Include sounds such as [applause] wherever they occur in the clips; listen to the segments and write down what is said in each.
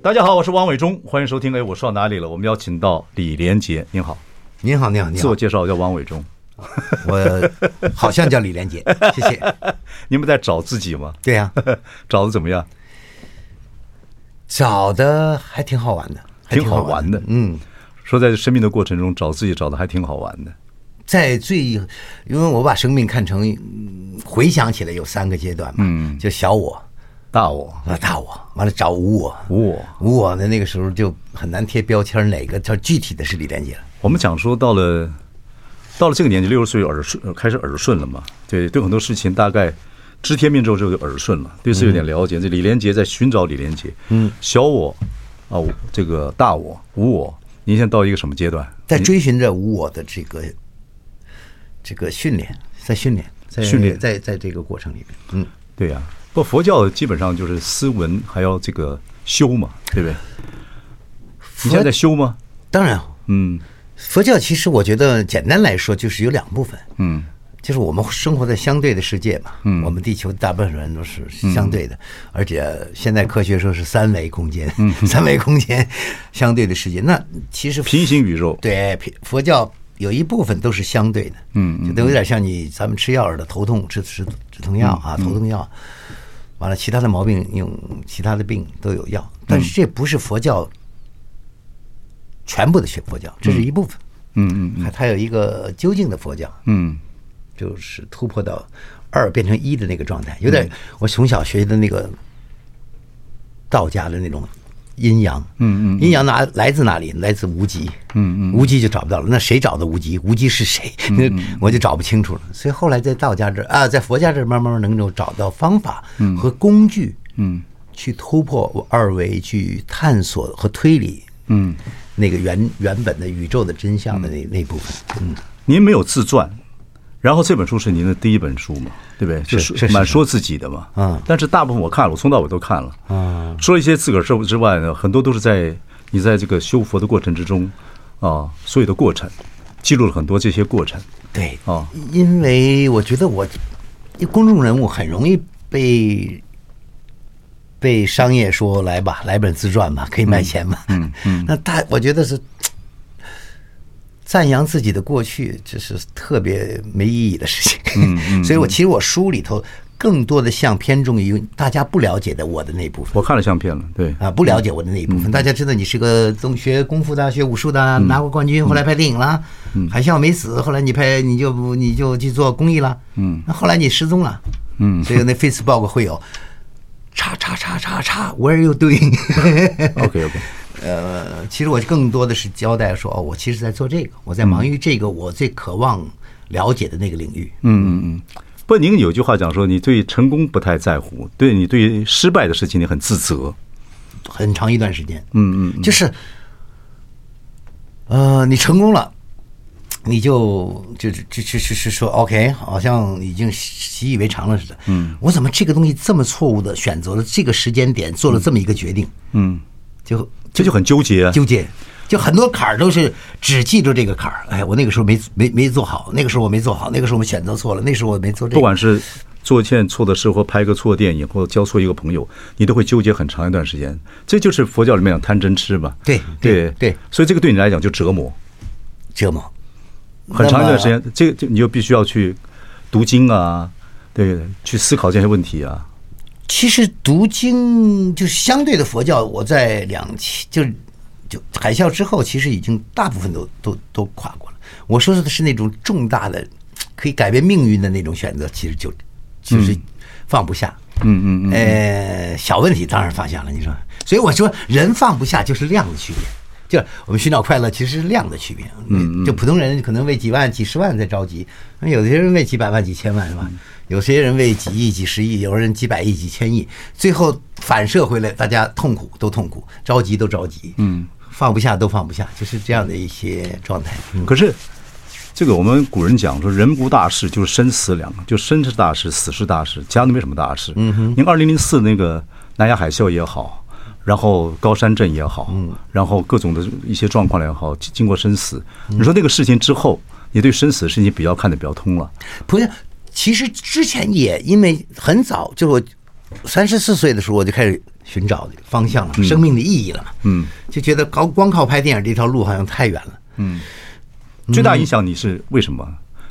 大家好，我是王伟忠，欢迎收听。哎，我说到哪里了？我们邀请到李连杰，您好，您好，您好，您自好我，介绍，我叫王伟忠。我好像叫李 [laughs] 连杰，谢谢。你们在找自己吗？ [laughs] 对啊呀、找的怎么样？找的还挺好玩的，还挺好玩的。嗯，说在生命的过程中找自己找的还挺好玩的。在最，因为我把生命看成，嗯回想起来有三个阶段嘛，嗯，就小我，大我，啊大我，完了找无我，无我无我的那个时候就很难贴标签，哪个叫具体的是李连杰了。我们讲说到了，到了这个年纪，六十岁耳顺呃开始耳顺了嘛，对，对很多事情大概知天命之后就耳顺了，对此有点了解。这李连杰在寻找李连杰，嗯，小我啊，我这个大我、无我，您现在到一个什么阶段？在追寻着无我的这个这个训练，在训练，在训练在在这个过程里面，嗯，对呀、不，佛教基本上就是斯文，还要这个修嘛，对不对？你现在在修吗？当然，嗯佛教其实我觉得简单来说就是有两部分，嗯，就是我们生活在相对的世界嘛，嗯，我们地球大部分人都是相对的，而且现在科学说是三维空间，嗯， [laughs] 三维空间相对的世界，那其实平行宇宙，对平佛教有一部分都是相对的，嗯，就都有点像你咱们吃药似的，头痛吃吃止痛药啊，头痛药，完了其他的毛病用其他的病都有药，但是这不是佛教全部的学佛教，这是一部分，嗯嗯还它有一个究竟的佛教，嗯就是突破到二变成一的那个状态，有点我从小学的那个道家的那种阴阳，嗯嗯，阴阳哪来自哪里？来自无极，嗯嗯，嗯无极就找不到了。那谁找的无极？无极是谁？那 [laughs] 我就找不清楚了。所以后来在道家这儿啊，在佛家这儿慢慢能够找到方法和工具，嗯，去突破二维，去探索和推理，嗯。那个原原本的宇宙的真相的那那部分，嗯，您没有自传，然后这本书是您的第一本书嘛，对不对？就是是蛮说自己的嘛。嗯但是大部分我看了，我从到尾都看了。嗯，除了一些自个儿之之外呢，很多都是在你在这个修佛的过程之中啊，所有的过程记录了很多这些过程。对哦因为我觉得我公众人物很容易被被商业说来吧，来本自传吧，可以卖钱吧。嗯嗯， [laughs] 那大我觉得是赞扬自己的过去，这是特别没意义的事情。嗯嗯， [laughs] 所以我其实我书里头更多的像偏重于大家不了解的我的那部分。我看了相片了，对， [laughs] 啊，不了解我的那一部分。大家知道你是个中学功夫的，学武术的，拿过冠军，后来拍电影了。海啸没死，后来你拍你就不你就去做公益了。嗯，那后来你失踪了。嗯， [laughs] 所以那 Facebook 会有叉叉叉叉叉，Where are you doing？ [laughs] OK OK，呃，其实我更多的是交代说，哦，我其实在做这个，我在忙于这个我最渴望了解的那个领域。不，您有句话讲说，你对成功不太在乎，对你对失败的事情你很自责。很长一段时间。嗯嗯，就是，呃，你成功了，你就就就就就就说 OK，好像已经习以为常了似的。嗯，我怎么这个东西这么错误的选择了这个时间点，做了这么一个决定？嗯，就这就很纠结啊，纠结。就很多坎儿都是只记住这个坎儿，哎，我那个时候没没没做好，那个时候我没做好，那个时候我选择错了，那时候我没做这个。不管是做一件错的事，或拍个错电影，或交错一个朋友，你都会纠结很长一段时间。这就是佛教里面讲贪嗔痴嘛。对对对对，所以这个对你来讲就折磨折磨，很长一那段么时间。这个就你就必须要去读经啊，对，去思考这些问题啊。其实读经就是相对的佛教，我在两期就是就海啸之后，其实已经大部分都都都跨过了。我说的是那种重大的可以改变命运的那种选择，其实就其实放不下。嗯嗯嗯呃，小问题当然放下了，你说，所以我说人放不下就是量的区别。就是我们寻找快乐其实是量的区别。嗯，就普通人可能为几万、几十万在着急，那有些人为几百万、几千万是吧？有些人为几亿、几十亿，有人几百亿、几千亿，最后反射回来，大家痛苦都痛苦，着急都着急，嗯，放不下都放不下，就是这样的一些状态。嗯可是，这个我们古人讲说，人无大事就是生死两，就生是大事，死是大事，其他都没什么大事。嗯哼，您二零零四那个南亚海啸也好，然后高山症也好，嗯，然后各种的一些状况也好，经经过生死，你说那个事情之后，你对生死的事情比较看得比较通了。不是，其实之前也因为很早，就是我三十四岁的时候，我就开始寻找方向了，生命的意义了嘛。嗯，就觉得靠光靠拍电影这条路好像太远了。最大影响你是为什么？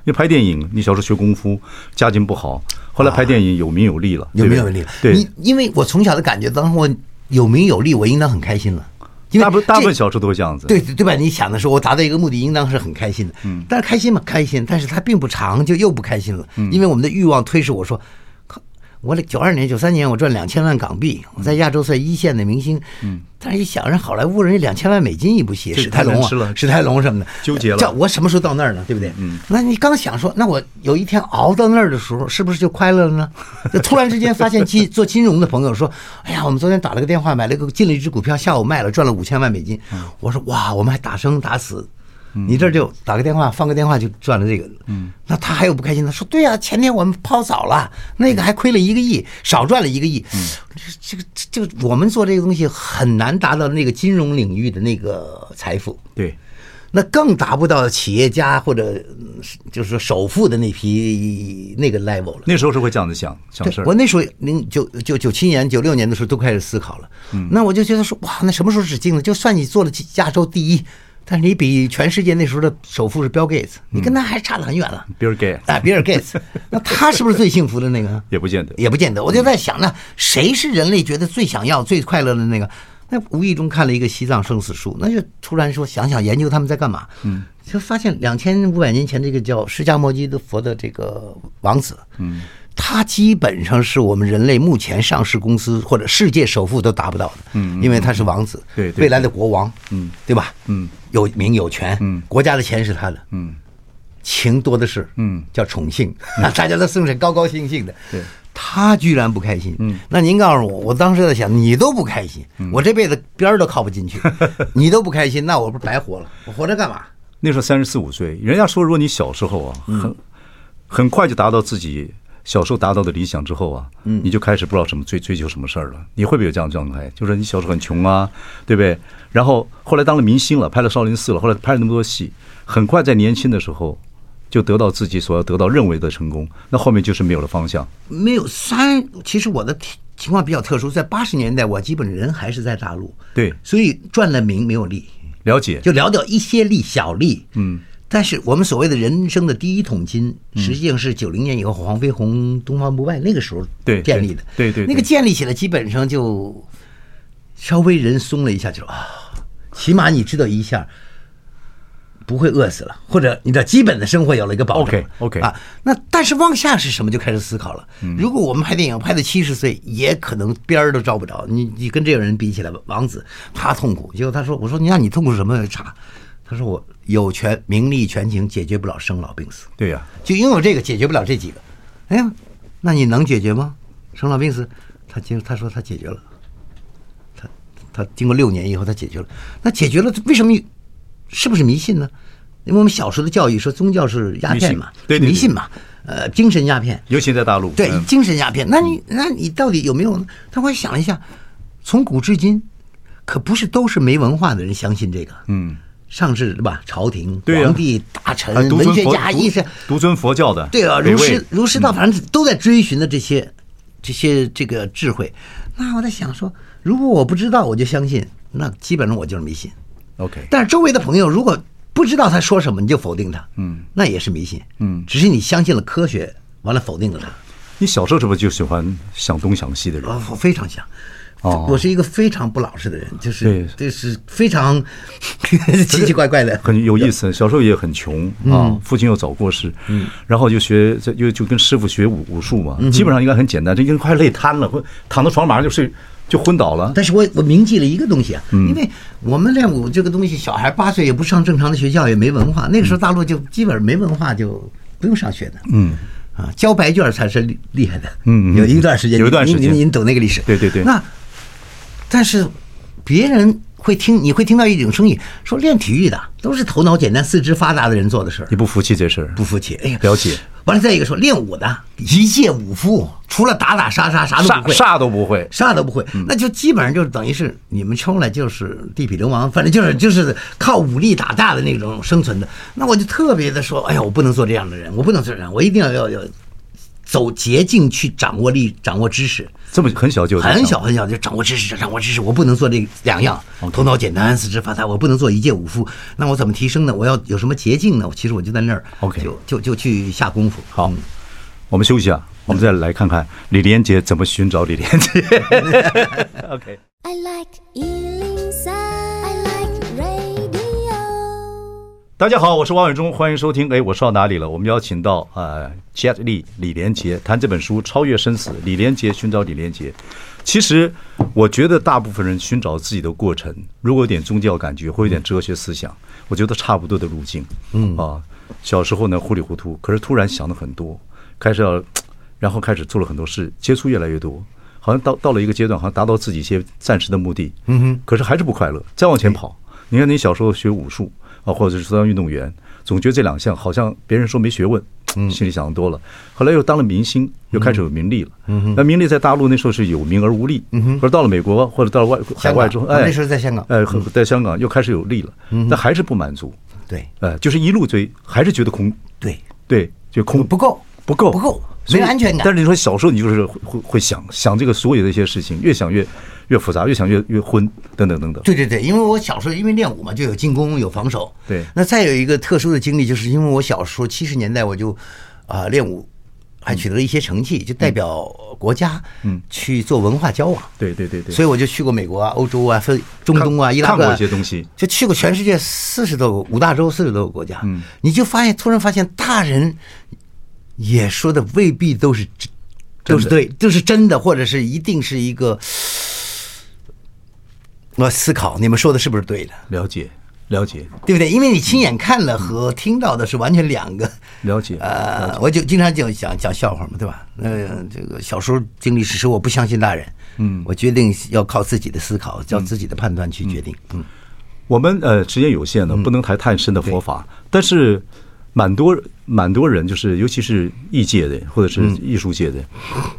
因为拍电影，你小时候学功夫，家境不好，后来拍电影有名啊有利了，有对不没对有力？对你，因为我从小的感觉，当我有名有利，我应当很开心了。因为大部大部这分小时候都会这样子。对对吧？你想的时候，我达到一个目的，应当是很开心的。嗯，但是开心嘛，开心，但是它并不长，就又不开心了。嗯因为我们的欲望推使我说，靠，我九二年、九三年我赚两千万港币，我在亚洲算一线的明星。嗯，但是一想，人好莱坞人两千万美金一部戏，这史泰龙太难吃啊了，史泰龙什么的，纠结了叫我什么时候到那儿呢？对不对？嗯，那你刚想说，那我有一天熬到那儿的时候，是不是就快乐了 [laughs] 呢？就突然之间发现金做金融的朋友说，哎呀，我们昨天打了个电话，买了个进了一只股票，下午卖了，赚了五千万美金。我说哇，我们还打生打死。你这就打个电话，放个电话就赚了这个，嗯，那他还有不开心的，说对呀、前天我们抛早了，那个还亏了一个亿，少赚了一个亿，这个这个这个我们做这个东西很难达到那个金融领域的那个财富，对，那更达不到企业家或者嗯就是说首富的那批那个 level 了。那时候是会这样子想想对事儿我。那时候零九九九七年、九六年的时候都开始思考了。那我就觉得说，哇，那什么时候止境呢？就算你做了亚洲第一，但是你比全世界那时候的首富是 Bill Gates，你跟他还差得很远了。比尔盖啊，比尔盖茨，那他是不是最幸福的那个？也不见得。也不见得。我就在想呢，谁是人类觉得最想要、最快乐的那个？那无意中看了一个西藏生死书，那就突然说想想研究他们在干嘛，嗯，就发现两千五百年前这个叫释迦摩尼的佛的这个王子，嗯，他基本上是我们人类目前上市公司或者世界首富都达不到的，嗯，因为他是王子，对对未来的国王，嗯，对吧？嗯，有名有权，嗯，国家的钱是他的，嗯，情多的是，嗯，叫宠幸， [laughs] 大家都生产高高兴兴的。对，他居然不开心。嗯，那您告诉我，我当时在想，你都不开心，我这辈子边儿都靠不进 [laughs] 去，你都不开心，那我不是白活了？我活着干嘛？那时候三十四五岁，人家说，如果你小时候啊，嗯很很快就达到自己小时候达到的理想之后啊，嗯你就开始不知道什么追追求什么事儿了。你会不会有这样的状态？就是你小时候很穷啊，对不对？然后后来当了明星了，拍了《少林寺》了，后来拍了那么多戏，很快在年轻的时候就得到自己所要得到认为的成功，那后面就是没有了方向。没有三，其实我的情情况比较特殊，在八十年代，我基本人还是在大陆，对所以赚了名没有利，了解，就聊到一些利小利，嗯。但是我们所谓的人生的第一桶金，嗯实际上是九零年以后黄飞鸿、东方不败那个时候对建立的。对对对对那个建立起来基本上就稍微人松了一下，就说啊，起码你知道一下不会饿死了，或者你的基本的生活有了一个保障。 OK，OK 啊，那但是往下是什么就开始思考了。如果我们拍电影拍到七十岁，也可能边儿都招不着。你你跟这个人比起来吧，王子他痛苦，结果他说：“我说你让你痛苦什么查？”他说：“我有权名利权情解决不了生老病死，对呀、就因为我这个解决不了这几个。”哎呀，那你能解决吗？生老病死，他接他说他解决了。他他经过六年以后，他解决了。那解决了，为什么是不是迷信呢？因为我们小时候的教育说宗教是鸦片嘛，迷信对对对迷信嘛，呃，精神鸦片，尤其在大陆，对，嗯精神鸦片。那你那你到底有没有呢？但我想了一下，从古至今，可不是都是没文化的人相信这个，嗯。上至对吧？朝廷、对呀皇帝、大臣、还啊独文尊学佛家、医生，独独尊佛教的，对啊，北儒魏释儒释道，反正都在追寻的这些这些这个智慧。那我在想说，如果我不知道，我就相信，那基本上我就是迷信。 OK，但是周围的朋友如果不知道他说什么，你就否定他，嗯，那也是迷信，嗯，只是你相信了科学，完了否定了他。你小时候是不是就喜欢想东想西的人？我我非常想。哦我是一个非常不老实的人，就是对这是非常 [laughs] 奇奇怪怪的，很有意思，小时候也很穷嗯啊，父亲又早过世，然后就学，就嗯就就跟师傅学武武术嘛，基本上应该很简单，这因为快累瘫了，会躺到床上马上就睡，就昏倒了。但是我我铭记了一个东西啊，嗯因为我们练武这个东西，小孩八岁也不上正常的学校，也没文化。那个时候大陆就基本上没文化，就不用上学的。嗯，啊，交白卷才是厉厉害的。嗯嗯有一段时间，有一段时您间您您懂那个历史？对对对那但是别人会听，你会听到一种声音，说练体育的都是头脑简单、四肢发达的人做的事儿你。不服气这事儿？不服气，哎呀，了解。完了，再一个说练武的，一介武夫，除了打打杀杀，啥都啥不会，啥都不会。啥都不会，那就基本上就是等于是你们出来就是地痞流氓，反 [laughs] 正就是就是靠武力打架的那种生存的。那我就特别的说，哎呀，我不能做这样的人，我不能做这样，我一定要要要走捷径去掌握力、掌握知识。这么很小就有这个很想小很小就掌握知识，掌握知识，我不能做这两样，头脑简单，四肢发达，我不能做一介武夫。那我怎么提升呢？我要有什么捷径呢？我其实我就在那儿 OK 就就就去下功夫。嗯法。好，我们休息啊，我们再来看看李连杰怎么寻找李连杰。OK。 I like Ealing Sound. I like radio. 大家好，我是王伟忠，欢迎收听。哎，我说到哪里了？我们邀请到呃，Jet Li 李连杰谈这本书《超越生死》，李连杰寻找李连杰。其实我觉得大部分人寻找自己的过程，如果有点宗教感觉，或有点哲学思想，我觉得差不多的路径。嗯啊，小时候呢糊里糊涂，可是突然想了很多，开始要，然后开始做了很多事，接触越来越多。好像到到了一个阶段，好像达到自己一些暂时的目的，嗯哼，可是还是不快乐，再往前跑。你看，你小时候学武术啊，或者是当运动员，总觉得这两项好像别人说没学问，嗯，心里想的多了。后来又当了明星，又开始有名利了，嗯哼。那名利在大陆那时候是有名而无利，嗯哼。可是到了美国或者到了外海香港外之后，我们哎，那时候在香港哎，和在香港又开始有利了，嗯，但还是不满足，对哎，就是一路追，还是觉得空，对，对，就空不够不够，不够所以没有安全感但是你说小时候，你就是会会会想想这个所有的一些事情，越想越越复杂，越想越越昏，等等等等。对对对，因为我小时候因为练武嘛，就有进攻有防守。对那再有一个特殊的经历，就是因为我小时候七十年代我就啊、练武，还取得了一些成嗯绩，就代表国家嗯去做文化交往。对对对对，所以我就去过美国啊、欧洲啊、非中东啊、看伊拉克、看啊，过一些东西就去过全世界四十多个五大洲四十多个国家，嗯，你就发现突然发现大人也说的未必都是真都是对，都是真的，或者是一定是一个。我思考你们说的是不是对的，了解了解对不对？因为你亲眼看了和听到的是完全两个了解，呃，我就经常就讲讲笑话嘛，对吧？呃，这个小时候经历史实，我不相信大人，嗯，我决定要靠自己的思考，嗯叫自己的判断去决定，嗯，我们呃时间有限呢，不能谈太深的佛法，但是蛮多蛮多人，就是尤其是艺界的或者是嗯艺术界的，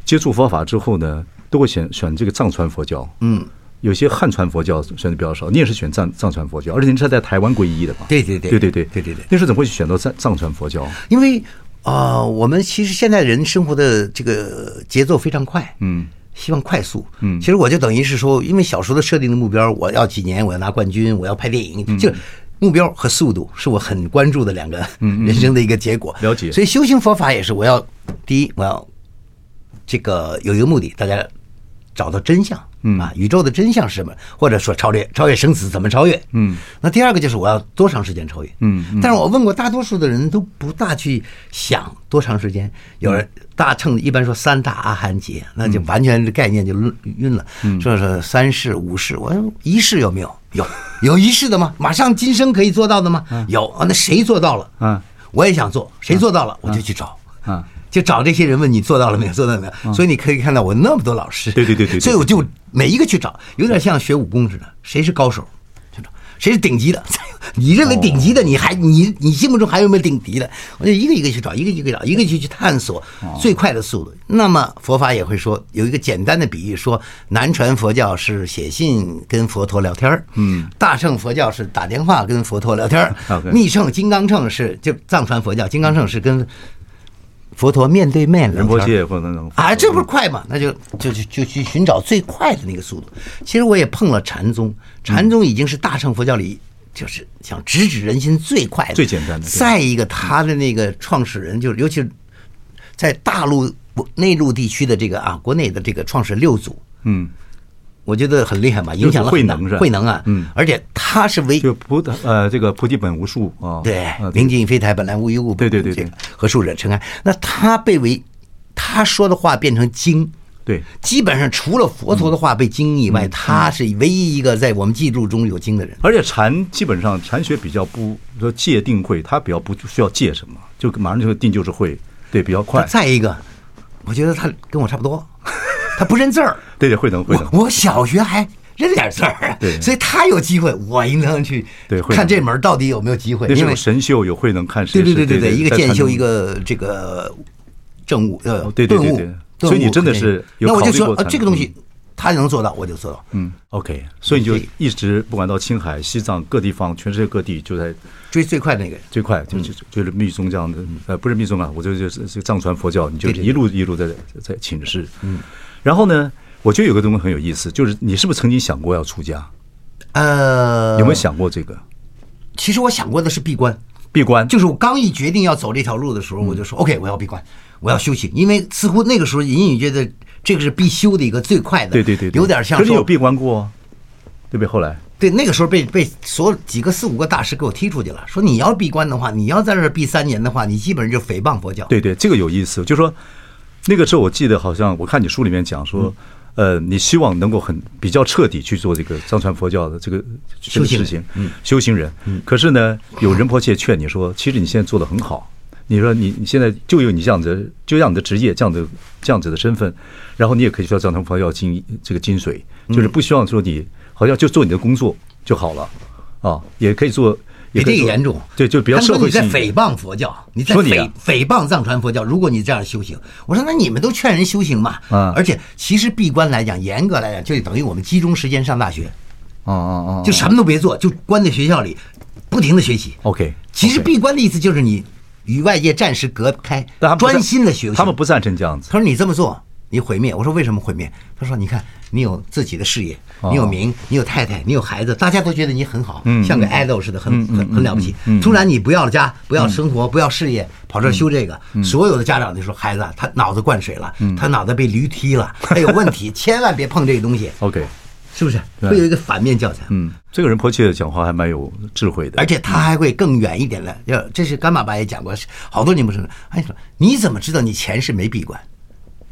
接触佛法之后呢，都会选选这个藏传佛教。嗯，有些汉传佛教选的比较少，你也是选藏藏传佛教，而且您是在台湾皈依的吧？对对对对对对对对对那时候怎么会选到藏藏传佛教？因为啊、呃我们其实现在人生活的这个节奏非常快，嗯，希望快速，嗯，其实我就等于是说，因为小时候的设定的目标，我要几年，我要拿冠军，我要拍电影，就是目标和速度是我很关注的两个人生的一个结果，了解所以修行佛法也是，我要第一，我要这个有一个目的，大家找到真相，嗯啊，宇宙的真相是什么？或者说超越超越生死怎么超越？嗯，那第二个就是我要多长时间超越？嗯，但是我问过大多数的人都不大去想多长时间，有人大乘一般说三大阿含劫，那就完全概念就晕晕了，说是三世五世，我说一世有没有？有有一世的吗？马上今生可以做到的吗？有啊，那谁做到了？嗯，我也想做，谁做到了我就去找。啊，就找这些人问你做到了没有，做到了没有。所以你可以看到我那么多老师，嗯对对对对对所以我就每一个去找，有点像学武功似的，谁是高手，去找谁是顶级的。 [laughs] 你认为顶级的，你还你你心目中还有没有顶级的？我就一个一个去找，一个一个找，一个一个去探索哦最快的速度。那么佛法也会说有一个简单的比喻，说南传佛教是写信跟佛陀聊天嗯，大乘佛教是打电话跟佛陀聊天儿 [laughs] OK 密乘金刚乘是就藏传佛教，金刚乘是跟佛陀面对面聊仁波天儿。切或者等啊，这不是快吗？那就就就就去寻找最快的那个速度。其实我也碰了禅宗，禅宗已经是大乘佛教里就是想直指人心最快的、最简单的对再一个，他的那个创始人就是，尤其是在大陆内陆地区的这个啊，国内的这个创始人六祖，嗯，我觉得很厉害嘛，影响了慧很大能是吧慧能啊，嗯，而且他是唯就菩呃这个菩提本无树啊，对啊，明镜非台，本来无一物。对对对对，何处惹尘埃？那他被为他说的话变成经，对嗯基本上除了佛陀的话被经以外，他是唯一一个在我们记录中有经的人。而且禅基本上禅学比较不说戒定慧，它比较不需要戒什么，就马上就定就是慧，对，比较他快。 [laughs] 再一个，我觉得他跟我差 [laughs] 不多，他不认字儿。对对，慧能慧能我。我小学还认点字儿，啊对所以他有机会，我应当去对会看这门到底有没有机会，那是因为有神秀，有慧能看谁对是。对对对对，一个在剑禅修，宗一个这个正悟，呃哦，对对对顿悟对顿所以你悟真的这是有那我考就虑说过啊，才这个能东西他能做到，我就做到，嗯，OK，所以你就所以一直不管到青海、西藏各地方，全世界各地就在追最快的那个人。最快，就就就是密宗这样的，呃，不是密宗啊，我就就是就藏传佛教，你就对对对一路一路在在请示。嗯，然后呢，我觉得有个东西很有意思，就是你是不是曾经想过要出家？呃，有没有？想过这个其实我想过的是闭关，闭关？就是我刚一决定要走这条路的嗯时候，我就说 OK，我要闭关，我要修行，因为似乎那个时候隐隐觉得这个是必修的一个最快的，对对对，对有点像可是你有说闭关过哦，对不对？后来对，那个时候被被所有几个四五个大师给我踢出去了，说你要闭关的话，你要在这儿闭三年的话，你基本上就诽谤佛教。，对对，这个有意思，就是说那个时候我记得好像我看你书里面讲嗯说，呃，你希望能够很比较彻底去做这个藏传佛教的这个这修个行事人嗯情，修行人。可是呢，有仁波切劝你说，其实你现在做的很好。你说你你现在就有你这样子，就像你的职业这样子这样子的身份，然后你也可以需要藏传佛教精这个精髓，嗯就是不希望说你好像就做你的工作就好了啊，也可以做，也比可以这做个严重。对，就比较他们社说会你在性一点。诽谤佛教，你在说你诽、啊诽谤藏传佛教。如果你这样修行，我说那你们都劝人修行嘛。嗯而且其实闭关来讲，严格来讲，就等于我们集中时间上大学，哦哦哦，就什么都别做，就关在学校里，不停的学习。 OK，其实 OK 闭关的意思就是你与外界暂时隔开但他，们不赞专心的学习。他们不赞成这样子。他说你这么做，你毁灭。我说为什么毁灭？他说你看，你有自己的事业，哦你有名，你有太太，你有孩子，大家都觉得你很好，嗯像个 idol 似的，很、嗯很很了不起。突然你不要了家，不要生活，不要事业，跑这儿修这个，嗯所有的家长就说孩子啊，他脑子灌水了，他脑袋被驴踢了，他有问题， [laughs] 千万别碰这个东西， OK，是不是？对会有一个反面教材。嗯，这个人迫切的讲话还蛮有智慧的而。且他还会更远一点的，要嗯这是甘爸爸也讲过，是好多年不是？哎，说你怎么知道你前世没闭关？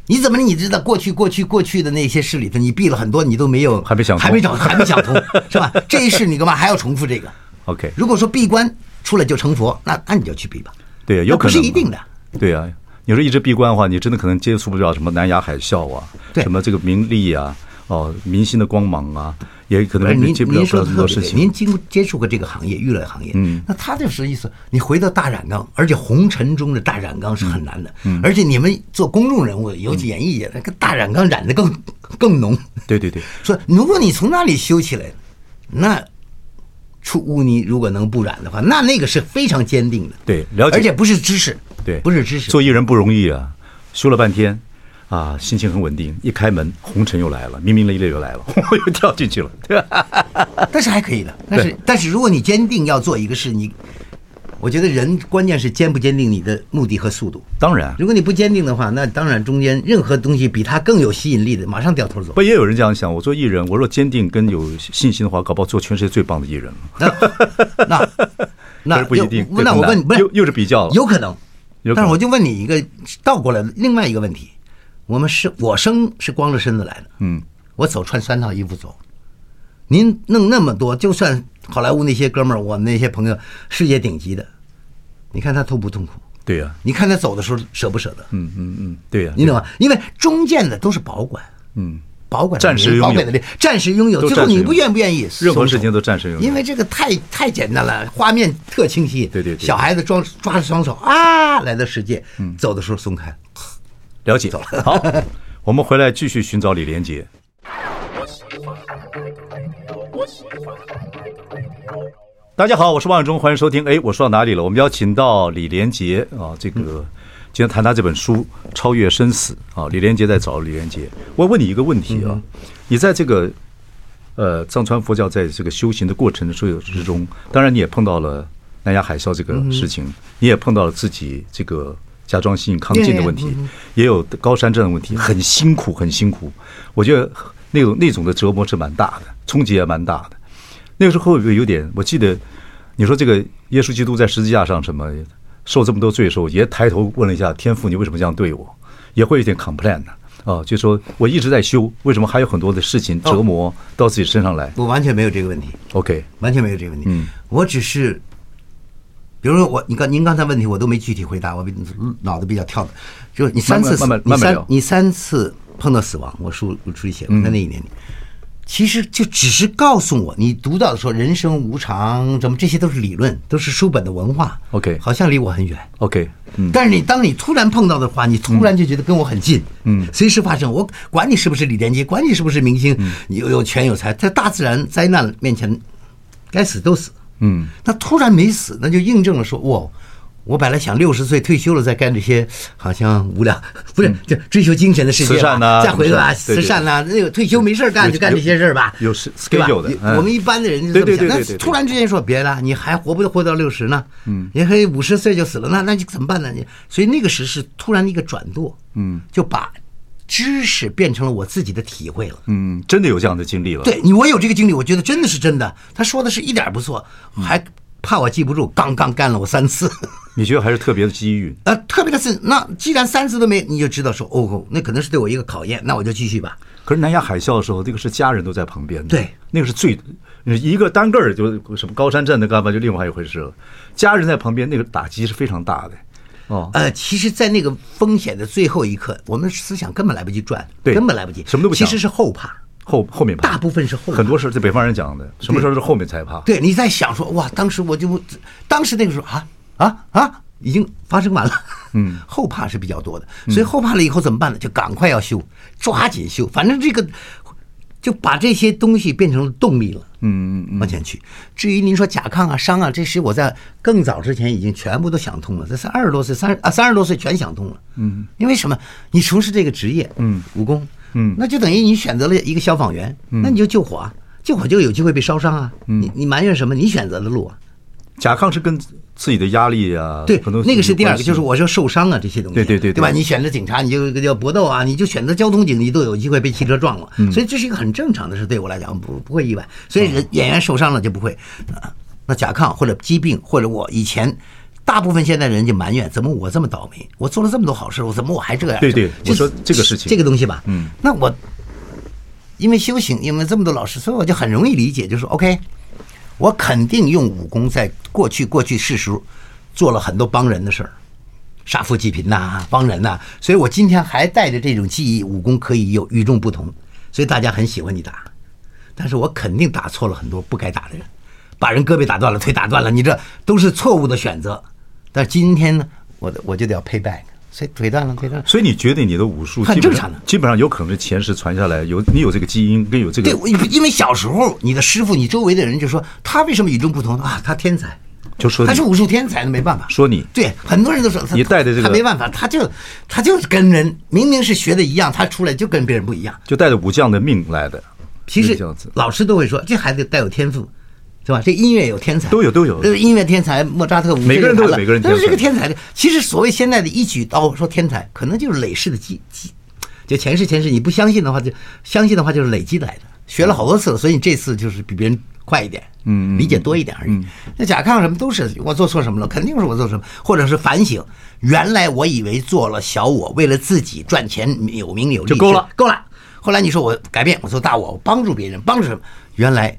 你怎么你知道过去过去过去的那些事里头，你闭了很多，你都没有还没想通还没找还没想通 [laughs] 是吧？这一世你干嘛还要重复这个？ OK，如果说闭关出来就成佛，那那你就去闭吧。对，有那可不能啊是一定的。对啊，你说一直闭关的话，你真的可能接触不了什么南亚海啸啊，对什么这个名利啊，哦，明星的光芒啊，也可能您接不了您不说了的很特多别事对，情。您经过接触过这个行业，娱乐行业，嗯那他就是意思，你回到大染缸，而且红尘中的大染缸是很难的，嗯而且你们做公众人物，尤其演艺界，那个大染缸染得更更浓。对对对，说如果你从那里修起来，那出污泥如果能不染的话，那那个是非常坚定的，对了解而且不是知识，对，不是知识，做艺人不容易啊，修了半天。啊，心情很稳定，一开门红尘又来了，明明磊磊又来了， [laughs] 我又跳进去了，对啊 [laughs] 吧？但是还可以的。但是对但是如果你坚定要做一个事，你我觉得人关键是坚不坚定你的目的和速度。当然，如果你不坚定的话，那当然中间任何东西比它更有吸引力的，马上掉头走。不也有人这样想？我做艺人，我若坚定跟有信心的话，搞不好做全世界最棒的艺人了。[laughs] 那那可那是不一定就那我这很问，难不是又又是比较了有可能有可能。但是我就问你一个倒过来的另外一个问题：我们是我生是光着身子来的，嗯，我走穿三套衣服走。您弄那么多，就算好莱坞那些哥们儿，我们那些朋友，世界顶级的，你看他痛不痛苦？对呀、你看他走的时候舍不舍得？嗯嗯嗯，对呀、你懂吗？因为中间的都是保管，嗯，保管暂时拥有保管的力，暂时拥有，都最后暂时你拥有不愿不愿意？任何松手事情都暂时拥有因为这个太太简单了，画面特清晰。对对对嗯小孩子装抓着双手啊，来到世界，走的时候松开。了解。好， [laughs] 我们回来继续寻找李连杰。大家好，我是王永忠，欢迎收听。哎，我说到哪里了？我们邀请到李连杰啊，这个今天谈他这本书《超越生死》啊，李连杰在找李连杰。我问你一个问题啊，你在这个呃藏传佛教在这个修行的过程之之中，当然你也碰到了南亚海啸这个事情，你也碰到了自己这个甲状腺亢进的问题，也有高山症的问题，很辛苦，很辛苦。我觉得那种那种的折磨是蛮大的，冲击也蛮大的。那个时候会不会有点？我记得你说这个耶稣基督在十字架上什么受这么多罪的时候，也抬头问了一下天父，你为什么这样对我？也会有点 complain 的、啊，就说我一直在修，为什么还有很多的事情折磨到自己身上来我完全没有这个问题， ？OK，完全没有这个问题。嗯我只是，比如说我，你刚您刚才问题我都没具体回答，我比嗯脑子比较跳的，就是你三次死，慢慢慢慢慢慢你三聊嗯你三次碰到死亡，我书我书里写过，在那一年里。其实就只是告诉我，你读到的说人生无常，怎么这些都是理论，都是书本的文化。 OK 好像离我很远。 OK，嗯，但是你当你突然碰到的话，你突然就觉得跟我很近，嗯，随时发生。我管你是不是李连杰，管你是不是明星，嗯你有有权有财，在大自然灾难面前，该死都死，嗯，那突然没死，那就印证了说，哇，我本来想六十岁退休了再干这些好像无聊，不是就追求精神的事嗯情啊，慈善呐再回什么来事对慈善呐，那个退休没事儿干有就干这些事儿吧，有有是对吧 schedule 的嗯我们一般的人就这么对对想，对对那对对突然之间说别了，你还活不活到六十呢？嗯，也可以五十岁就死了，那那就怎么办呢？你所以那个时是突然一个转舵，嗯，就把知识变成了我自己的体会了。嗯，真的有这样的经历了。对你，我有这个经历，我觉得真的是真的。他说的是一点儿不错，嗯还怕我记不住，刚刚干了我三次。 [laughs] 你觉得还是特别的机遇？呃，特别的是，那既然三次都没，你就知道说，哦，那可能是对我一个考验，那我就继续吧。可是南亚海啸的时候，那个是家人都在旁边的，对，那个是最一个单个儿就什么高山镇的干嘛，就另外一回事了。家人在旁边，那个打击是非常大的。哦，呃，其实，在那个风险的最后一刻，我们思想根本来不及转，对根本来不及，什么都不其想实是后怕。后后面怕大部分是后怕很多事儿，这北方人讲的，什么事儿都是后面才怕。对，你在想说，哇，当时我就，当时那个时候啊啊啊，已经发生完了。嗯， [laughs] 后怕是比较多的，所以后怕了以后怎么办呢？就赶快要修，抓紧修，反正这个就把这些东西变成了动力了。嗯嗯，往前去。至于您说甲亢啊、伤啊，这些我在更早之前已经全部都想通了，在三十多岁、三啊三十多岁全想通了。嗯，因为什么？你从事这个职业，嗯，武功，嗯，那就等于你选择了一个消防员，那你就救火啊。救火就有机会被烧伤啊！嗯你你埋怨什么？你选择的路啊？甲亢是跟自己的压力啊，对很多，那个是第二个，就是我我说受伤啊这些东西，对对对对对吧？你选择警察，你就要搏斗啊，你就选择交通警，你都有机会被汽车撞了，嗯所以这是一个很正常的事，对我来讲不不会意外。所以人演员受伤了就不会，啊那甲亢或者疾病或者我以前。大部分现在人就埋怨，怎么我这么倒霉？我做了这么多好事，我怎么我还这样？对对就我说这个事情这个东西吧，嗯，那我因为修行，因为这么多老师，所以我就很容易理解，就是说 OK，我肯定用武功在过去过去世俗做了很多帮人的事儿，杀富济贫呐、帮人呐、所以我今天还带着这种记忆，武功可以有与众不同，所以大家很喜欢你打，但是我肯定打错了很多不该打的人，把人胳膊打断了，腿打断了，你这都是错误的选择。但是今天呢，我的我就得要 pay back，所以腿断了，腿断了。所以你觉得你的武术很基本正上常的基本上有可能是前世传下来，有你有这个基因，跟有这个对，我因为小时候你的师傅，你周围的人就说他为什么与众不同啊？他天才，就说你他是武术天才，那没办法。说你对，很多人都说他你带的这个他没办法，他就他就是跟人明明是学的一样，他出来就跟别人不一样。就带着武将的命来的，其是实这样子。老师都会说这孩子带有天赋，对吧？这音乐有天才，都有都有呃音乐天才，莫扎特，每个人都有每个人但是这天才个天才的，其实所谓现在的一举刀说天才，可能就是累世的积积，就前世前世你不相信的话，就相信的话就是累积来的，学了好多次了，所以你这次就是比别人快一点，嗯，理解多一点而已。那甲亢什么都是我做错什么了，肯定是我做什么，或者是反省，原来我以为做了小我，为了自己赚钱有名有利就够了是够了。后来你说我改变，我做大我，我帮助别人，帮助什么？原来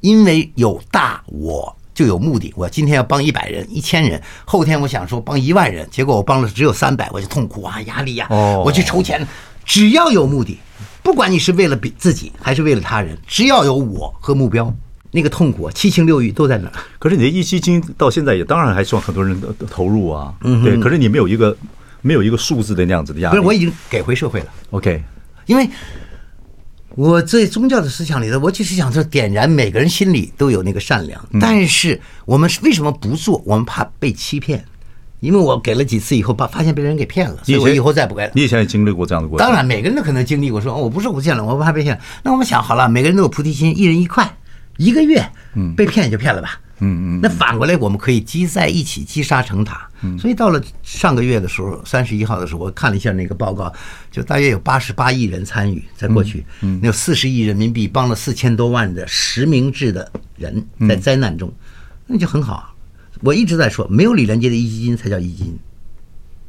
因为有大我就有目的，我今天要帮一百人、一千人，后天我想说帮一万人，结果我帮了只有三百，我就痛苦啊，压力呀、哦我去筹钱。只要有目的，不管你是为了比自己还是为了他人，只要有我和目标，那个痛苦啊、七情六欲都在那儿。可是你的一基金到现在也当然还算很多人的投入啊，对。可是你没有一个没有一个数字的那样子的压不力。嗯是，我已经给回社会了。 OK，因为我在宗教的思想里头，我只是想说点燃每个人心里都有那个善良，但是我们是为什么不做？我们怕被欺骗，因为我给了几次以后，把发现被人给骗了，所以我以后再不给了。你以前也经历过这样的过程，呃当然，每个人都可能经历过说，哦我不是不骗了，我怕被骗。那我们想好了，每个人都有菩提心，一人一块，一个月，嗯，被骗也就骗了吧。嗯嗯，嗯那反过来我们可以积在一起，积沙成塔。所以到了上个月的时候，三十一号的时候，我看了一下那个报告，就大约有八十八亿人参与，在过去，嗯，有四十亿人民币帮了四千多万的实名制的人在灾难中，那就很好啊。我一直在说，没有李连杰的一基金才叫一基金，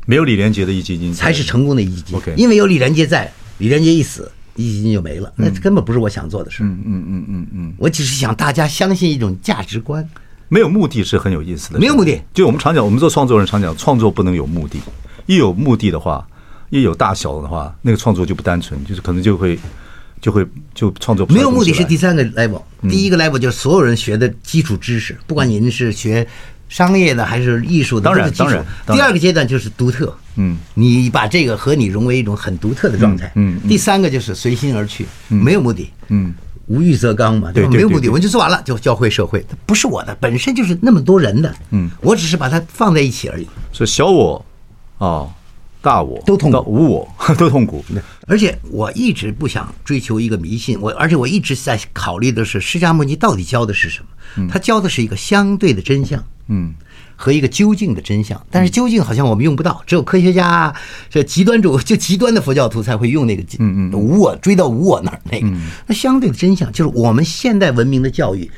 没有李连杰的一基金才是成功的一基金。 OK 因为有李连杰在，李连杰一死，易筋就没了，那根本不是我想做的事。嗯嗯嗯嗯嗯嗯，我只是想大家相信一种价值观。没有目的是很有意思的，没有目的。就我们常讲，我们做创作人常讲，创作不能有目的。一有目的的话，一有大小的话，那个创作就不单纯，就是可能就会就会就创作不出来嗯没有目的是东西第来三个 level，、第一个 level 就是所有人学的基础知识，不管您是学商业的还是艺术的，嗯当然都是基础当然当然第二个阶段就是独特，嗯，你把这个和你融为一种很独特的状态，嗯第三个就是随心而去，没有目的，嗯。无欲则刚嘛，对吧对没有对目的，对我就做完了，就教会社会，它不是我的，本身就是那么多人的，嗯，我只是把它放在一起而已。所以小我啊、大我都痛苦到无我 [laughs] 都痛苦。而且我一直不想追求一个迷信，我而且我一直在考虑的是释迦牟尼到底教的是什么？他教的是一个相对的真相，嗯，和一个究竟的真相。但是究竟好像我们用不到，只有科学家啊这极端主就极端的佛教徒才会用那个，嗯嗯，嗯无我追到无我那儿那个。那相对的真相就是我们现代文明的教育，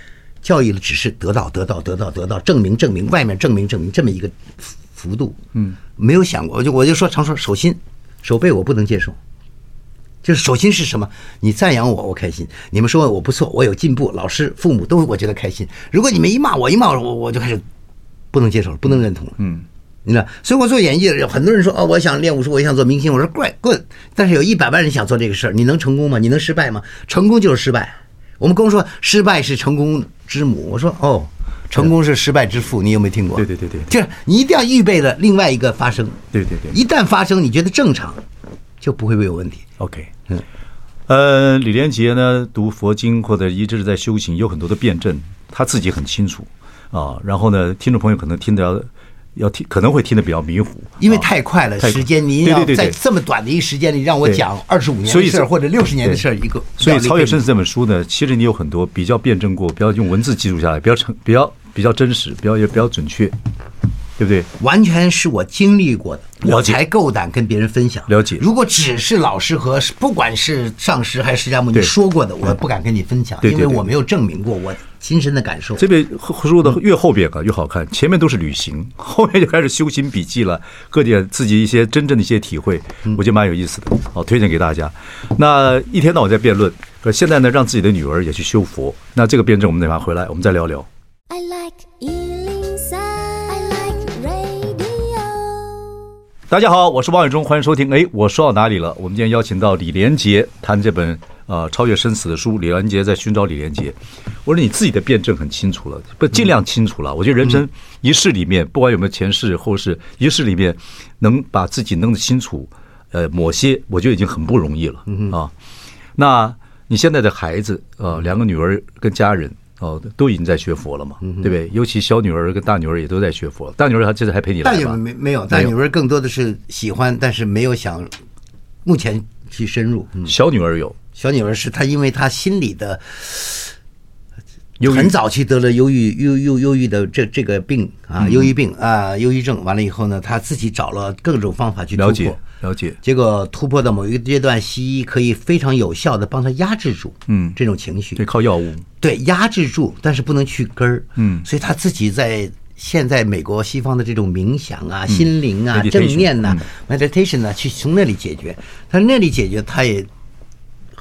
教育的只是得到得到得到得到证明证明外面证明证明这么一个幅度，嗯，没有想过，我就我就说常说手心手背我不能接受。就是首先是什么？你赞扬我，我开心；你们说我不错，我有进步，老师、父母都我觉得开心。如果你们一骂我，一骂我，我就开始不能接受了，不能认同了。嗯，你知道，所以我做演艺的人，很多人说哦，我想练武术，我想做明星，我说 great good，但是有一百万人想做这个事儿，你能成功吗？你能失败吗？成功就是失败。我们公说失败是成功之母，我说哦，成功是失败之父，你有没有听过？对对对对就是你一定要预备了另外一个发生。对对对一旦发生，你觉得正常，就不会有问题。 OK，嗯，呃，李连杰呢，读佛经或者一直在修行，有很多的辩证，他自己很清楚啊。然后呢，听众朋友可能听得要要听，可能会听得比较迷糊，因为啊太快了，太快时间您对要对对在对这么短的一个时间里让我对讲二十五年所的以事儿是或者六十年的对事儿一个，所以《超越生生死》这本书呢，其实你有很多比较辩证过，比较用文字记录下来，比较成比较比较真实，比较也比较准确，对不对？完全是我经历过的，我了解才够胆跟别人分享。了解如果只是老师和不管是上师还是释迦牟尼对说过的，我不敢跟你分享，对因对为对我没有证明过我亲身的感受。这本书的越后边啊越好看，前面都是旅行，后面就开始修行笔记了，各点自己一些真正的一些体会，我觉得蛮有意思的，好推荐给大家。那一天到晚在辩论，可现在呢，让自己的女儿也去修佛，那这个辩证我们等一下回来我们再聊聊。 I like Ealing Sound. I like radio. 大家好，我是王伟忠，欢迎收听。哎，我说到哪里了？我们今天邀请到李连杰谈这本呃《超越生死》的书。李连杰在寻找李连杰。我说你自己的辩证很清楚了，不尽量清楚了。我觉得人生一世里面，不管有没有前世后世，一世里面能把自己弄得清楚，呃，某些我觉得已经很不容易了啊。那你现在的孩子，呃，两个女儿跟家人，哦、都已经在学佛了嘛，对不对？尤其小女儿跟大女儿也都在学佛，大女儿她这次还陪你大来女吧儿？没没有，大女儿更多的是喜欢，但是没有想目前去深入。小女儿有。小女儿是她，因为她心里的忧郁很早期得了忧郁忧忧忧郁的这这个病啊，嗯忧郁病啊，忧郁症。完了以后呢，她自己找了各种方法去突了解破，了解，结果突破到某一个阶段，西医可以非常有效的帮她压制住，嗯这种情绪，对，靠药物，对，压制住，但是不能去根儿。嗯所以他自己在现在美国西方的这种冥想啊、心灵啊、嗯 meditation，嗯正念呐、meditation 呐、去从那里解决。他那里解决，他也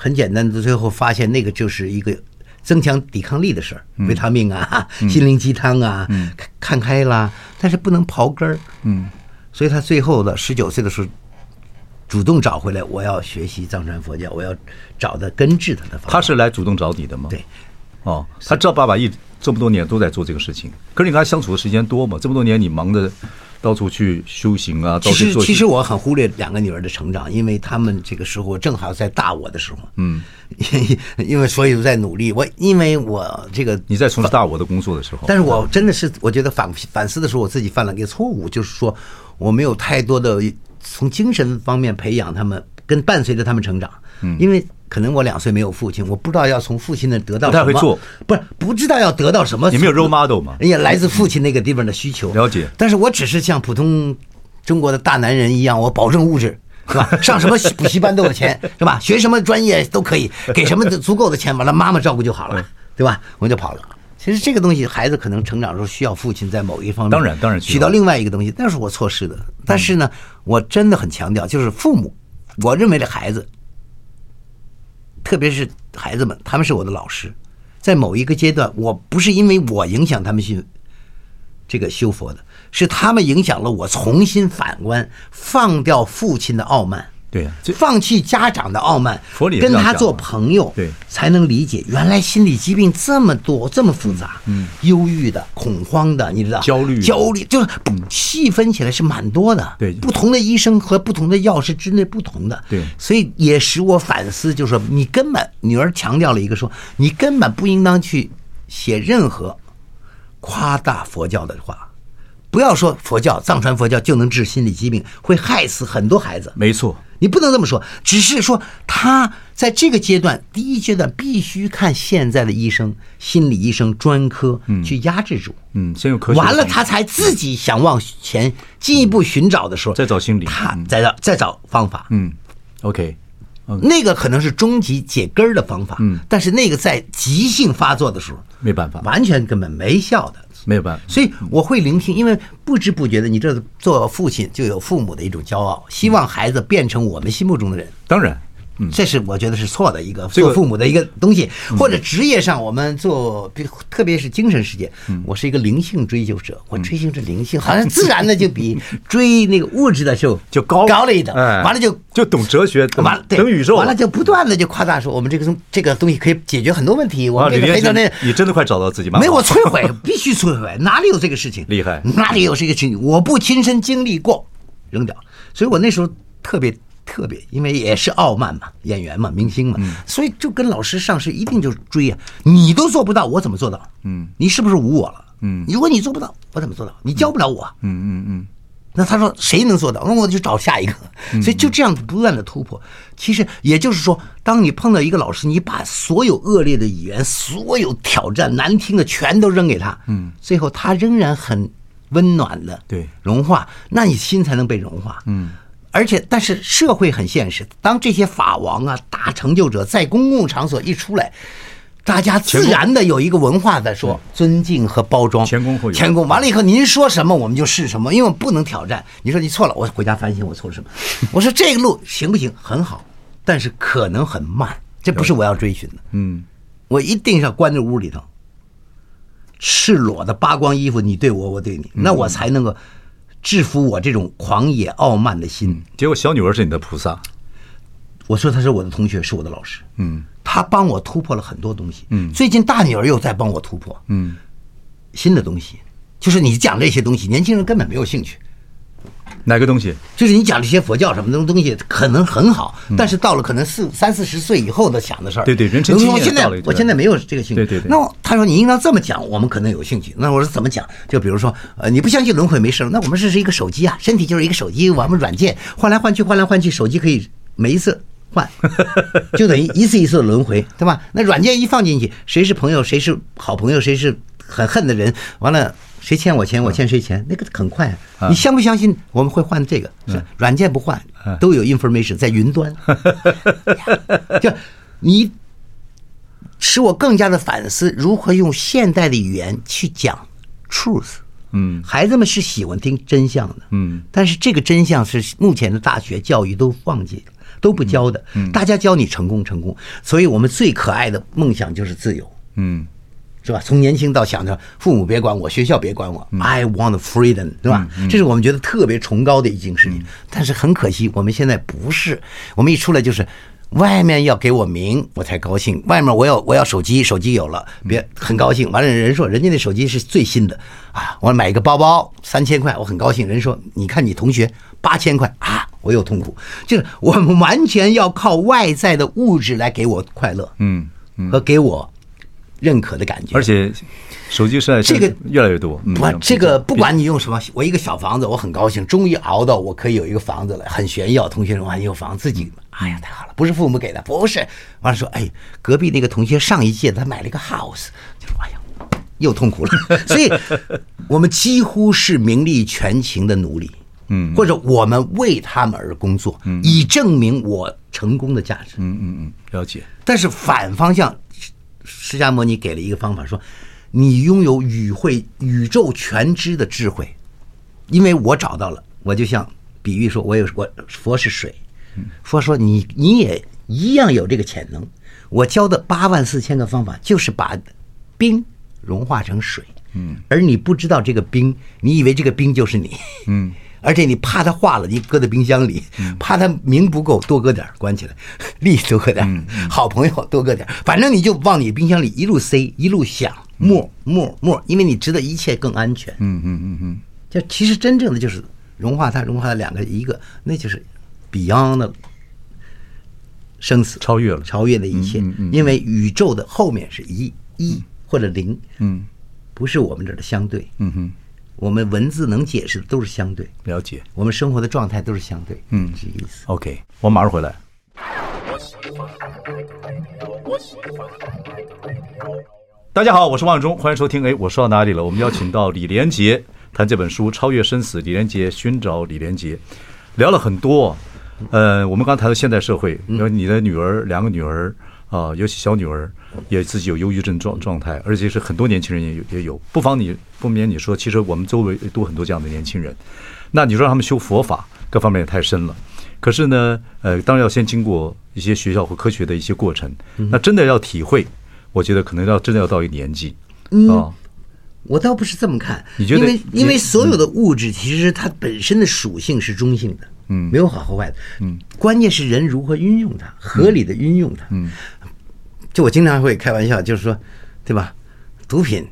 很简单的，最后发现那个就是一个。增强抵抗力的事儿，嗯维他命啊，心灵鸡汤啊，看看开啦，但是不能刨根儿。嗯，所以他最后的十九岁的时候，主动找回来，我要学习藏传佛教，我要找的根治他的方法。他是来主动找你的吗？对，哦，他知道爸爸一这么多年都在做这个事情，可是你跟他相处的时间多嘛？这么多年你忙着到处去修行啊，到其处实做其实我很忽略两个女儿的成长，因为她们这个时候正好在大我的时候，嗯， [laughs] 因为所以我在努力，我因为我这个你在从事大我的工作的时候，但是我真的是，我觉得反反思的时候，我自己犯了一个错误，就是说我没有太多的从精神方面培养他们，跟伴随着他们成长。嗯，因为可能我两岁没有父亲，我不知道要从父亲那得到不太什会么，做不是不知道要得到什么。你没有 role model 吗人家来自父亲那个地方的需求。了解但是我只是像普通中国的大男人一样，我保证物质。是吧？上什么补习班都有钱，是吧？学什么专业都可以，给什么足够的钱，完了妈妈照顾就好嗯了，对吧？我就跑了。其实这个东西，孩子可能成长的时候需要父亲在某一方面，当然当然需要起到另外一个东西，那是我错失的。但是呢，我真的很强调，就是父母，我认为的孩子特别是孩子们，他们是我的老师，在某一个阶段，我不是因为我影响他们去这个修佛的，是他们影响了我，重新反观，放掉父亲的傲慢。对呀这放弃家长的傲慢，佛理也跟这样他讲做嘛朋友，啊对才能理解原来心理疾病这么多，这么复杂，嗯，忧郁的、恐慌的，你知道，焦虑的焦虑就是细分起来是蛮多的，对不同的医生和不同的药是针对不同的，对所以也使我反思，就是说你根本女儿强调了一个说，你根本不应当去写任何夸大佛教的话。不要说佛教藏传佛教就能治心理疾病，会害死很多孩子。没错，你不能这么说，只是说他在这个阶段，第一阶段必须看现在的医生、心理医生、专科去压制住。嗯，先有科学的完了，方法他才自己想往前进一步寻找的时候，嗯再找心理他再找再找方法。嗯，OK，嗯那个可能是终极解根儿的方法，但是那个在急性发作的时候，没办法，完全根本没效的。没有办法，所以我会聆听，因为不知不觉的，你这做父亲就有父母的一种骄傲，希望孩子变成我们心目中的人。当然，这是我觉得是错的一个嗯这个嗯做父母的一个东西，或者职业上我们做，比特别是精神世界，嗯我是一个灵性追求者，我追求这灵性，好像自然的就比追那个物质的时候就高高了一等，哎完了就就懂哲学，懂完了对懂宇宙，完了就不断的就夸大说我们这个东这个东西可以解决很多问题，我哇，们李这个连黑到那杰，你真的快找到自己妈妈没有我摧 [laughs] 毁，必须摧毁，哪里有这个事情？厉害哪里有这个事情？我不亲身经历过，扔掉。所以我那时候特别特别，因为也是傲慢嘛，演员嘛，明星嘛，所以就跟老师上师一定就是追啊，你都做不到，我怎么做到？嗯，你是不是无我了？嗯，如果你做不到，我怎么做到？你教不了我。嗯嗯嗯。那他说谁能做到？那我就找下一个，所以就这样不断的突破。其实也就是说，当你碰到一个老师，你把所有恶劣的语言、所有挑战、难听的全都扔给他，嗯，最后他仍然很温暖的对融化，那你心才能被融化，嗯。而且，但是社会很现实，当这些法王啊、大成就者在公共场所一出来，大家自然的有一个文化在说尊敬和包装，前功后有前功完了以后，您说什么我们就是什么，因为我们不能挑战。你说你错了，我回家反省我错了 [laughs] 什么。我说这个路行不行？很好，但是可能很慢，这不是我要追寻的。嗯，我一定要关在屋里头，赤裸的扒光衣服，你对我，我对嗯你，那我才能够制服我这种狂野傲慢的心。结果小女儿是你的菩萨，我说他是我的同学，是我的老师，嗯，他帮我突破了很多东西，嗯，最近大女儿又在帮我突破，嗯，新的东西，就是你讲这些东西，年轻人根本没有兴趣，哪个东西？就是你讲这些佛教什么东东西，可能很好，但是到了可能四三四十岁以后的想的事儿，嗯对对人生经验我现在到了一个我现在没有这个兴趣。对对对那我他说你应当这么讲，我们可能有兴趣。那我说怎么讲？就比如说，呃，你不相信轮回没事儿，那我们这是一个手机啊，身体就是一个手机，我们软件换来换去，换来换去，手机可以每一次。换， [laughs] 就等于一次一次的轮回，对吧？那软件一放进去，谁是朋友，谁是好朋友，谁是很恨的人，完了谁欠我嗯钱，我欠谁钱，那个很快、啊。你相不相信我们会换这个？嗯是软件不换，都有 information 在 [laughs] 云端。就你使我更加的反思如何用现代的语言去讲 truth。嗯，孩子们是喜欢听真相的，嗯，但是这个真相是目前的大学教育都忘记了，都不教的，大家教你成功成功，所以我们最可爱的梦想就是自由，嗯，是吧？从年轻到想着父母别管我，学校别管我、i want freedom，对吧？这是我们觉得特别崇高的一件事情。但是很可惜，我们现在不是，我们一出来就是。外面要给我名，我才高兴。外面我要我要手机，手机有了，别很高兴。完了，人说人家那手机是最新的啊，我买一个包包三千块，我很高兴。人说你看你同学八千块啊，我有痛苦。就是我们完全要靠外在的物质来给我快乐，嗯，和给我认可的感觉。而且手机时代这个越来越多，嗯不，这个不管你用什么，我一个小房子，我很高兴，终于熬到我可以有一个房子了，很炫耀。同学说：“哎，有房，自己，哎呀，太嗯好了，不是父母给的，不是。”完了说：“哎，隔壁那个同学上一届他买了一个 house，就说：哎呀，又痛 [laughs] 苦了。”所以，我们几乎是名利全情的奴隶，嗯，或者我们为他们而工作，以证明我成功的价值，嗯。嗯嗯嗯，了解，但是反方向，释释迦牟尼给了一个方法，说你拥有宇会宇宙全知的智慧，因为我找到了，我就像比喻说，我有我佛是水，佛说你你也一样有这个潜能，我教的八万四千个方法，就是把冰融化成水。嗯，而你不知道这个冰，你以为这个冰就是你。嗯， [laughs] 而且你怕它化了，你搁在冰箱里；怕它名不够，多搁点儿关起来； [laughs] 利多搁点儿好朋友多搁点儿反正你就往你冰箱里一路塞，一路想默默默，因为你知道一切更安全。嗯嗯嗯嗯，就其实真正的就是融化它，融化它两个一个，那就是 Beyond 的生死超越了超越了一切，嗯嗯嗯因为宇宙的后面是一一或者零，嗯，不是我们这儿的相对，嗯哼，我们文字能解释的都是相对，了解。我们生活的状态都是相对，嗯这个意思。 OK，我马上回来。大家好，我是王永忠，欢迎收听。哎，我说到哪里了？我们邀请到李连杰谈这本书《超越生死》，李连杰寻找李连杰，聊了很多。呃，我们刚谈到现代社会，然后你的女儿两个女儿啊、尤其小女儿也自己有忧郁症状状态，而且是很多年轻人也有也有。不妨你不免你说，其实我们周围都很多这样的年轻人。那你说让他们修佛法，各方面也太深了。可是呢，呃，当然要先经过一些学校和科学的一些过程。嗯那真的要体会，我觉得可能要真的要到一个年纪，嗯、我倒不是这么看，你觉得因为你嗯因为所有的物质其实它本身的属性是中性的，嗯，没有好和坏的，嗯，关键是人如何运用它，合理的运用它，嗯，就我经常会开玩笑，就是说，对吧？毒品，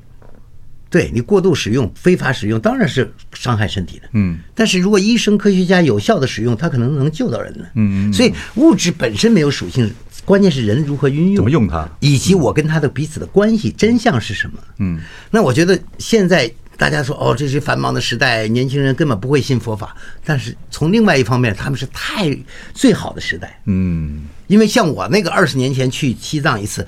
对你过度使用、非法使用，当然是伤害身体的，嗯，但是如果医生、科学家有效的使用，它可能能救到人呢，嗯，所以物质本身没有属性，关键是人如何运用，怎么用它以及我跟他的彼此的关系真相是什么？嗯，那我觉得现在大家说哦，这是繁忙的时代，年轻人根本不会信佛法。但是从另外一方面，他们是太最好的时代，嗯，因为像我那个二十年前去西藏一次。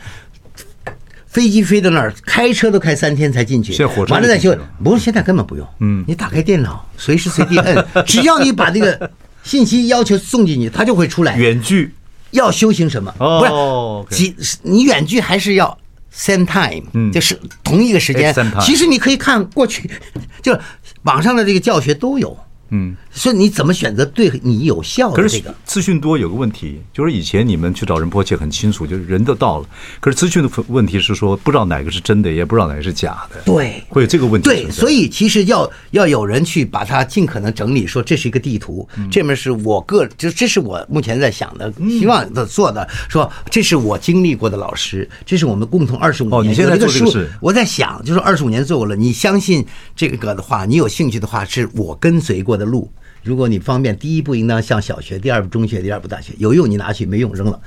飞机飞到那儿，开车都开三天才进去。现在火车完了就再进去修了，不是现在根本不用。嗯，你打开电脑，随时随地摁，只要你把这个信息要求送进去，它就会出 [laughs] 来。远距要修行什么？哦不是，几你远距还是要 same time，、嗯就是同一个时间 At same time。其实你可以看过去， [laughs] 就是网上的这个教学都有，嗯，所以你怎么选择对你有效可的这是个？资讯多有个问题，就是以前你们去找人迫切很清楚，就是人都到了，可是资讯的问题是说不知道哪个是真的，也不知道哪个是假的，对会有这个问题存在。对，所以其实要要有人去把它尽可能整理，说这是一个地图，嗯这面是我个，这这是我目前在想的，希望的做的，说这是我经历过的老师，这是我们共同二十五年。哦你现在有一个做这个书事我在想，就是二十五年做过了，你相信这个的话，你有兴趣的话，是我跟随过的路。如果你方便，第一步应当上小学，第二步中学，第二步大学。有用你拿去，没用扔了。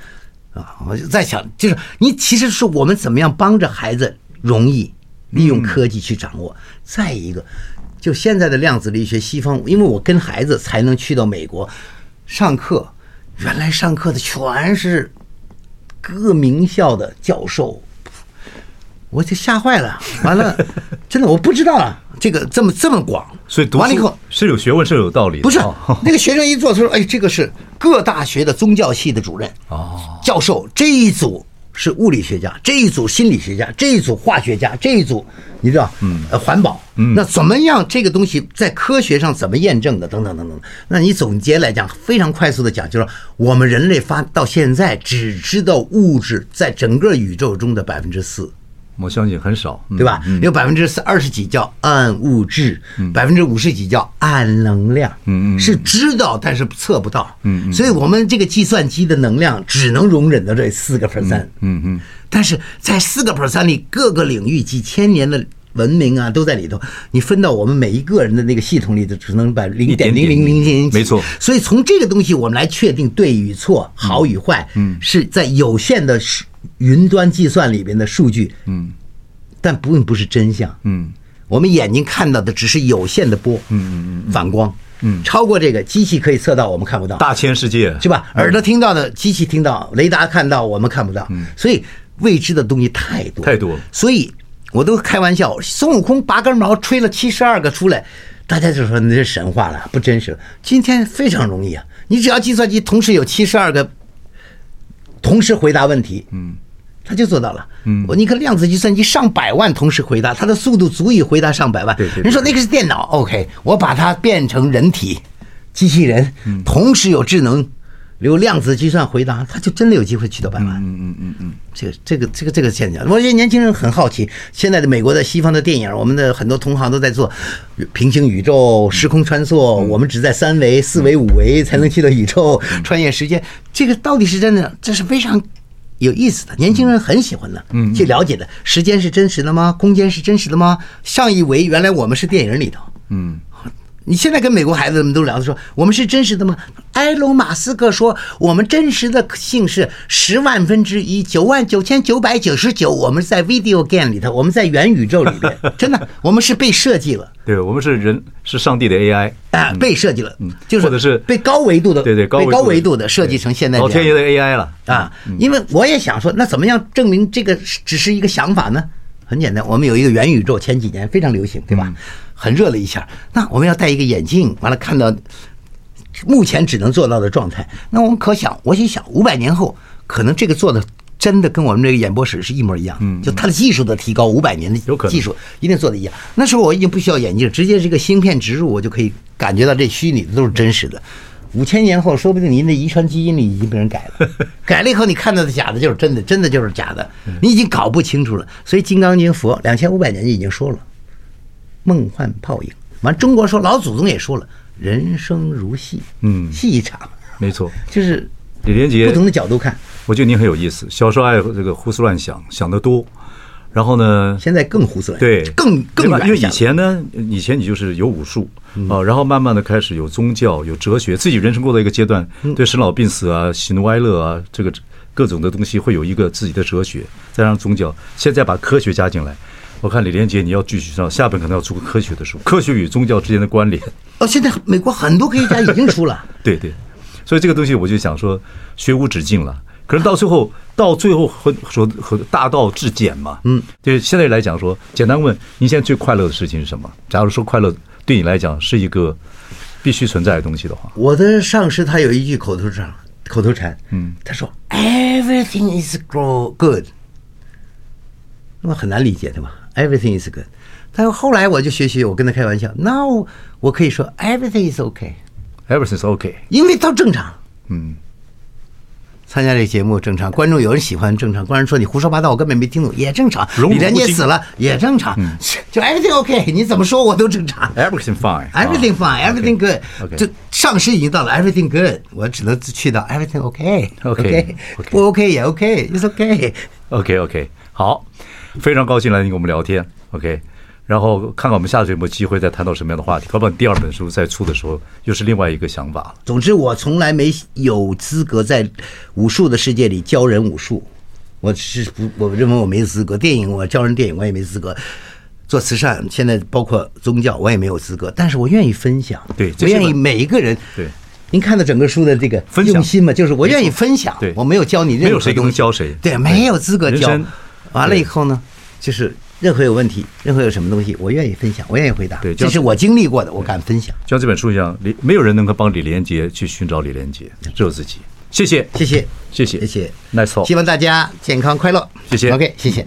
啊，我就在想，就是你其实是我们怎么样帮着孩子容易利嗯用科技去掌握。再一个，就现在的量子力学，西方，因为我跟孩子才能去到美国上课，原来上课的全是各名校的教授，我就吓坏了。完了，真的我不知道啊，这个这么这么广，所以读完了以书后。是有学问，是有道理的。不是哦那个学生一做出来，哎，这个是各大学的宗教系的主任哦，教授这一组是物理学家，这一组心理学家，这一组化学家，这一组你知道，嗯，呃，环保，嗯，那怎么样这个东西在科学上怎么验证的，等等等等。那你总结来讲，非常快速的讲，就是我们人类发到现在只知道物质在整个宇宙中的百分之四，我相信很少，嗯对吧？有百分之二十几叫暗物质，百分之五十几叫暗能量，嗯嗯嗯是知道但是测不到，嗯所以我们这个计算机的能量只能容忍到这四个 percent，嗯嗯，但是在四个 percent 里，各个领域几千年的。文明啊，都在里头。你分到我们每一个人的那个系统里头，只能把零点零零零零，没错所以从这个东西我们来确定对与错、好与坏，嗯，是在有限的数云端计算里边的数据，嗯，但不并不是真相，嗯，我们眼睛看到的只是有限的波，嗯嗯嗯，反光，嗯，超过这个机器可以测到，我们看不到，大千世界是吧？耳朵听到的，机器听到，雷达看到，我们看不到，所以未知的东西嗯太多太多了所以我都开玩笑，孙悟空拔根毛吹了七十二个出来，大家就说你这神话了，不真实。今天非常容易啊，你只要计算机同时有七十二个，同时回答问题，嗯。他就做到了，嗯，我你看量子计算机上百万同时回答，它的速度足以回答上百万。对对对人说那个是电脑，OK，我把它变成人体机器人，同时有智能，留量子计算回答，他就真的有机会去到百万。嗯嗯嗯嗯，这个这个这个这个现象，我觉得年轻人很好奇。现在的美国的西方的电影，我们的很多同行都在做平行宇宙、时空穿梭，我们只在三维、四维、五维才能去到宇宙，穿越时间，这个到底是真的？这是非常。有意思的，年轻人很喜欢的，嗯，去了解的。时间是真实的吗？空间是真实的吗？上一维原来我们是电影里头，嗯，你现在跟美国孩子们都聊的说，我们是真实的吗？埃隆·马斯克说，我们真实的性是十万分之一，九万九千九百九十九。我们在 video game 里头，我们在元宇宙里边， [laughs] 真的，我们是被设计了，对我们是人是上帝的 AI，啊、被设计了，就嗯是或者是被高维度的，对对高维呃被度高的维度的设计成现在这老样。天爷的 AI 了。啊，因为我也想说，那怎么样证明这个是只是一个想法呢？很简单，我们有一个元宇宙，前几年非常流行，对吧？很热了一下，那我们要戴一个眼镜，完了看到目前只能做到的状态，那我们可想，我一想，五百年后可能这个做的。真的跟我们这个演播室是一模一样，就它的技术的提高，五百年的嗯有可能技术一定做的一样。那时候我已经不需要眼镜，直接这个芯片植入，我就可以感觉到这虚拟的都是真实的。五千年后，说不定您的遗传基因里已经被人改 [laughs] 了，改了以后你看到的假的就是真的，真的就是假的，嗯你已经搞不清楚了。所以《金刚经》佛两千五百年就已经说了，梦幻泡影。完，中国说老祖宗也说了，人生如戏，嗯戏一场，没错，就是李连杰不同的角度看。我觉得您很有意思，小时候爱这个胡思乱想，想得多，然后呢，现在更胡思乱想，对，更更对吧远嗯因为想以前呢，以前你就是有武术啊、然后慢慢的开始有宗教、有哲学，自己人生过的一个阶段，嗯对生老病死啊、喜怒哀乐啊，这个各种的东西会有一个自己的哲学，再让宗教，现在把科学加进来。我看李连杰，你要继续上下本可能要出个科学的书，《科学与宗教之间的关联》。哦，现在美国很多科学家已经出了，对对，所以这个东西我就想说，学无止境了。可是到最后，到最后和说和大道至简嘛，嗯，对，现在来讲说，简单问，您现在最快乐的事情是什么？假如说快乐对你来讲是一个必须存在的东西的话，我的上司他有一句口头禅，口头禅，嗯，他说 “Everything is grow good”，那么很难理解对吧？“Everything is good”，但后来我就学习，我跟他开玩笑，Now 我可以说 “Everything is OK”， everything's okay。因为都正常，嗯。参加这节目正常，观众有人喜欢正常，观众说你胡说八道，我根本没听懂也正常。荣辱李连杰不嗯惊死了也正常， [laughs] 就 everything OK，你怎么说我都 [laughs] 正常。 Everything fine, Everything 啊 fine, everything good， OK，就上市已经到了 everything good，我只能去到 everything OK，OK，、 [laughs] OK，OK 不 OK 也 OK，it's OK。 OK OK，好，非常高兴来跟我们聊天，OK，然后看看我们下次有没有机会再谈到什么样的话题。搞不好你第二本书再出的时候，又是另外一个想法了。总之，我从来没有资格在武术的世界里教人武术，我是不，我认为我没资格。电影我教人电影，我也没资格。做慈善，现在包括宗教，我也没有资格，但是我愿意分享，对我这是愿意本每一个人，对。您看到整个书的这个分享用心嘛，就是我愿意分享，对我没有教你任何没有谁东西能教谁对，对没有资格人教生。完了对以后呢，就是任何有问题，任何有什么东西，我愿意分享，我愿意回答，对就这是我经历过的，我敢分享。就像这本书一样，李没有人能够帮李连杰去寻找李连杰，只有自己。谢谢，谢谢，谢谢，谢谢，nice talk 希。望大家健康快乐，谢谢 OK，谢谢。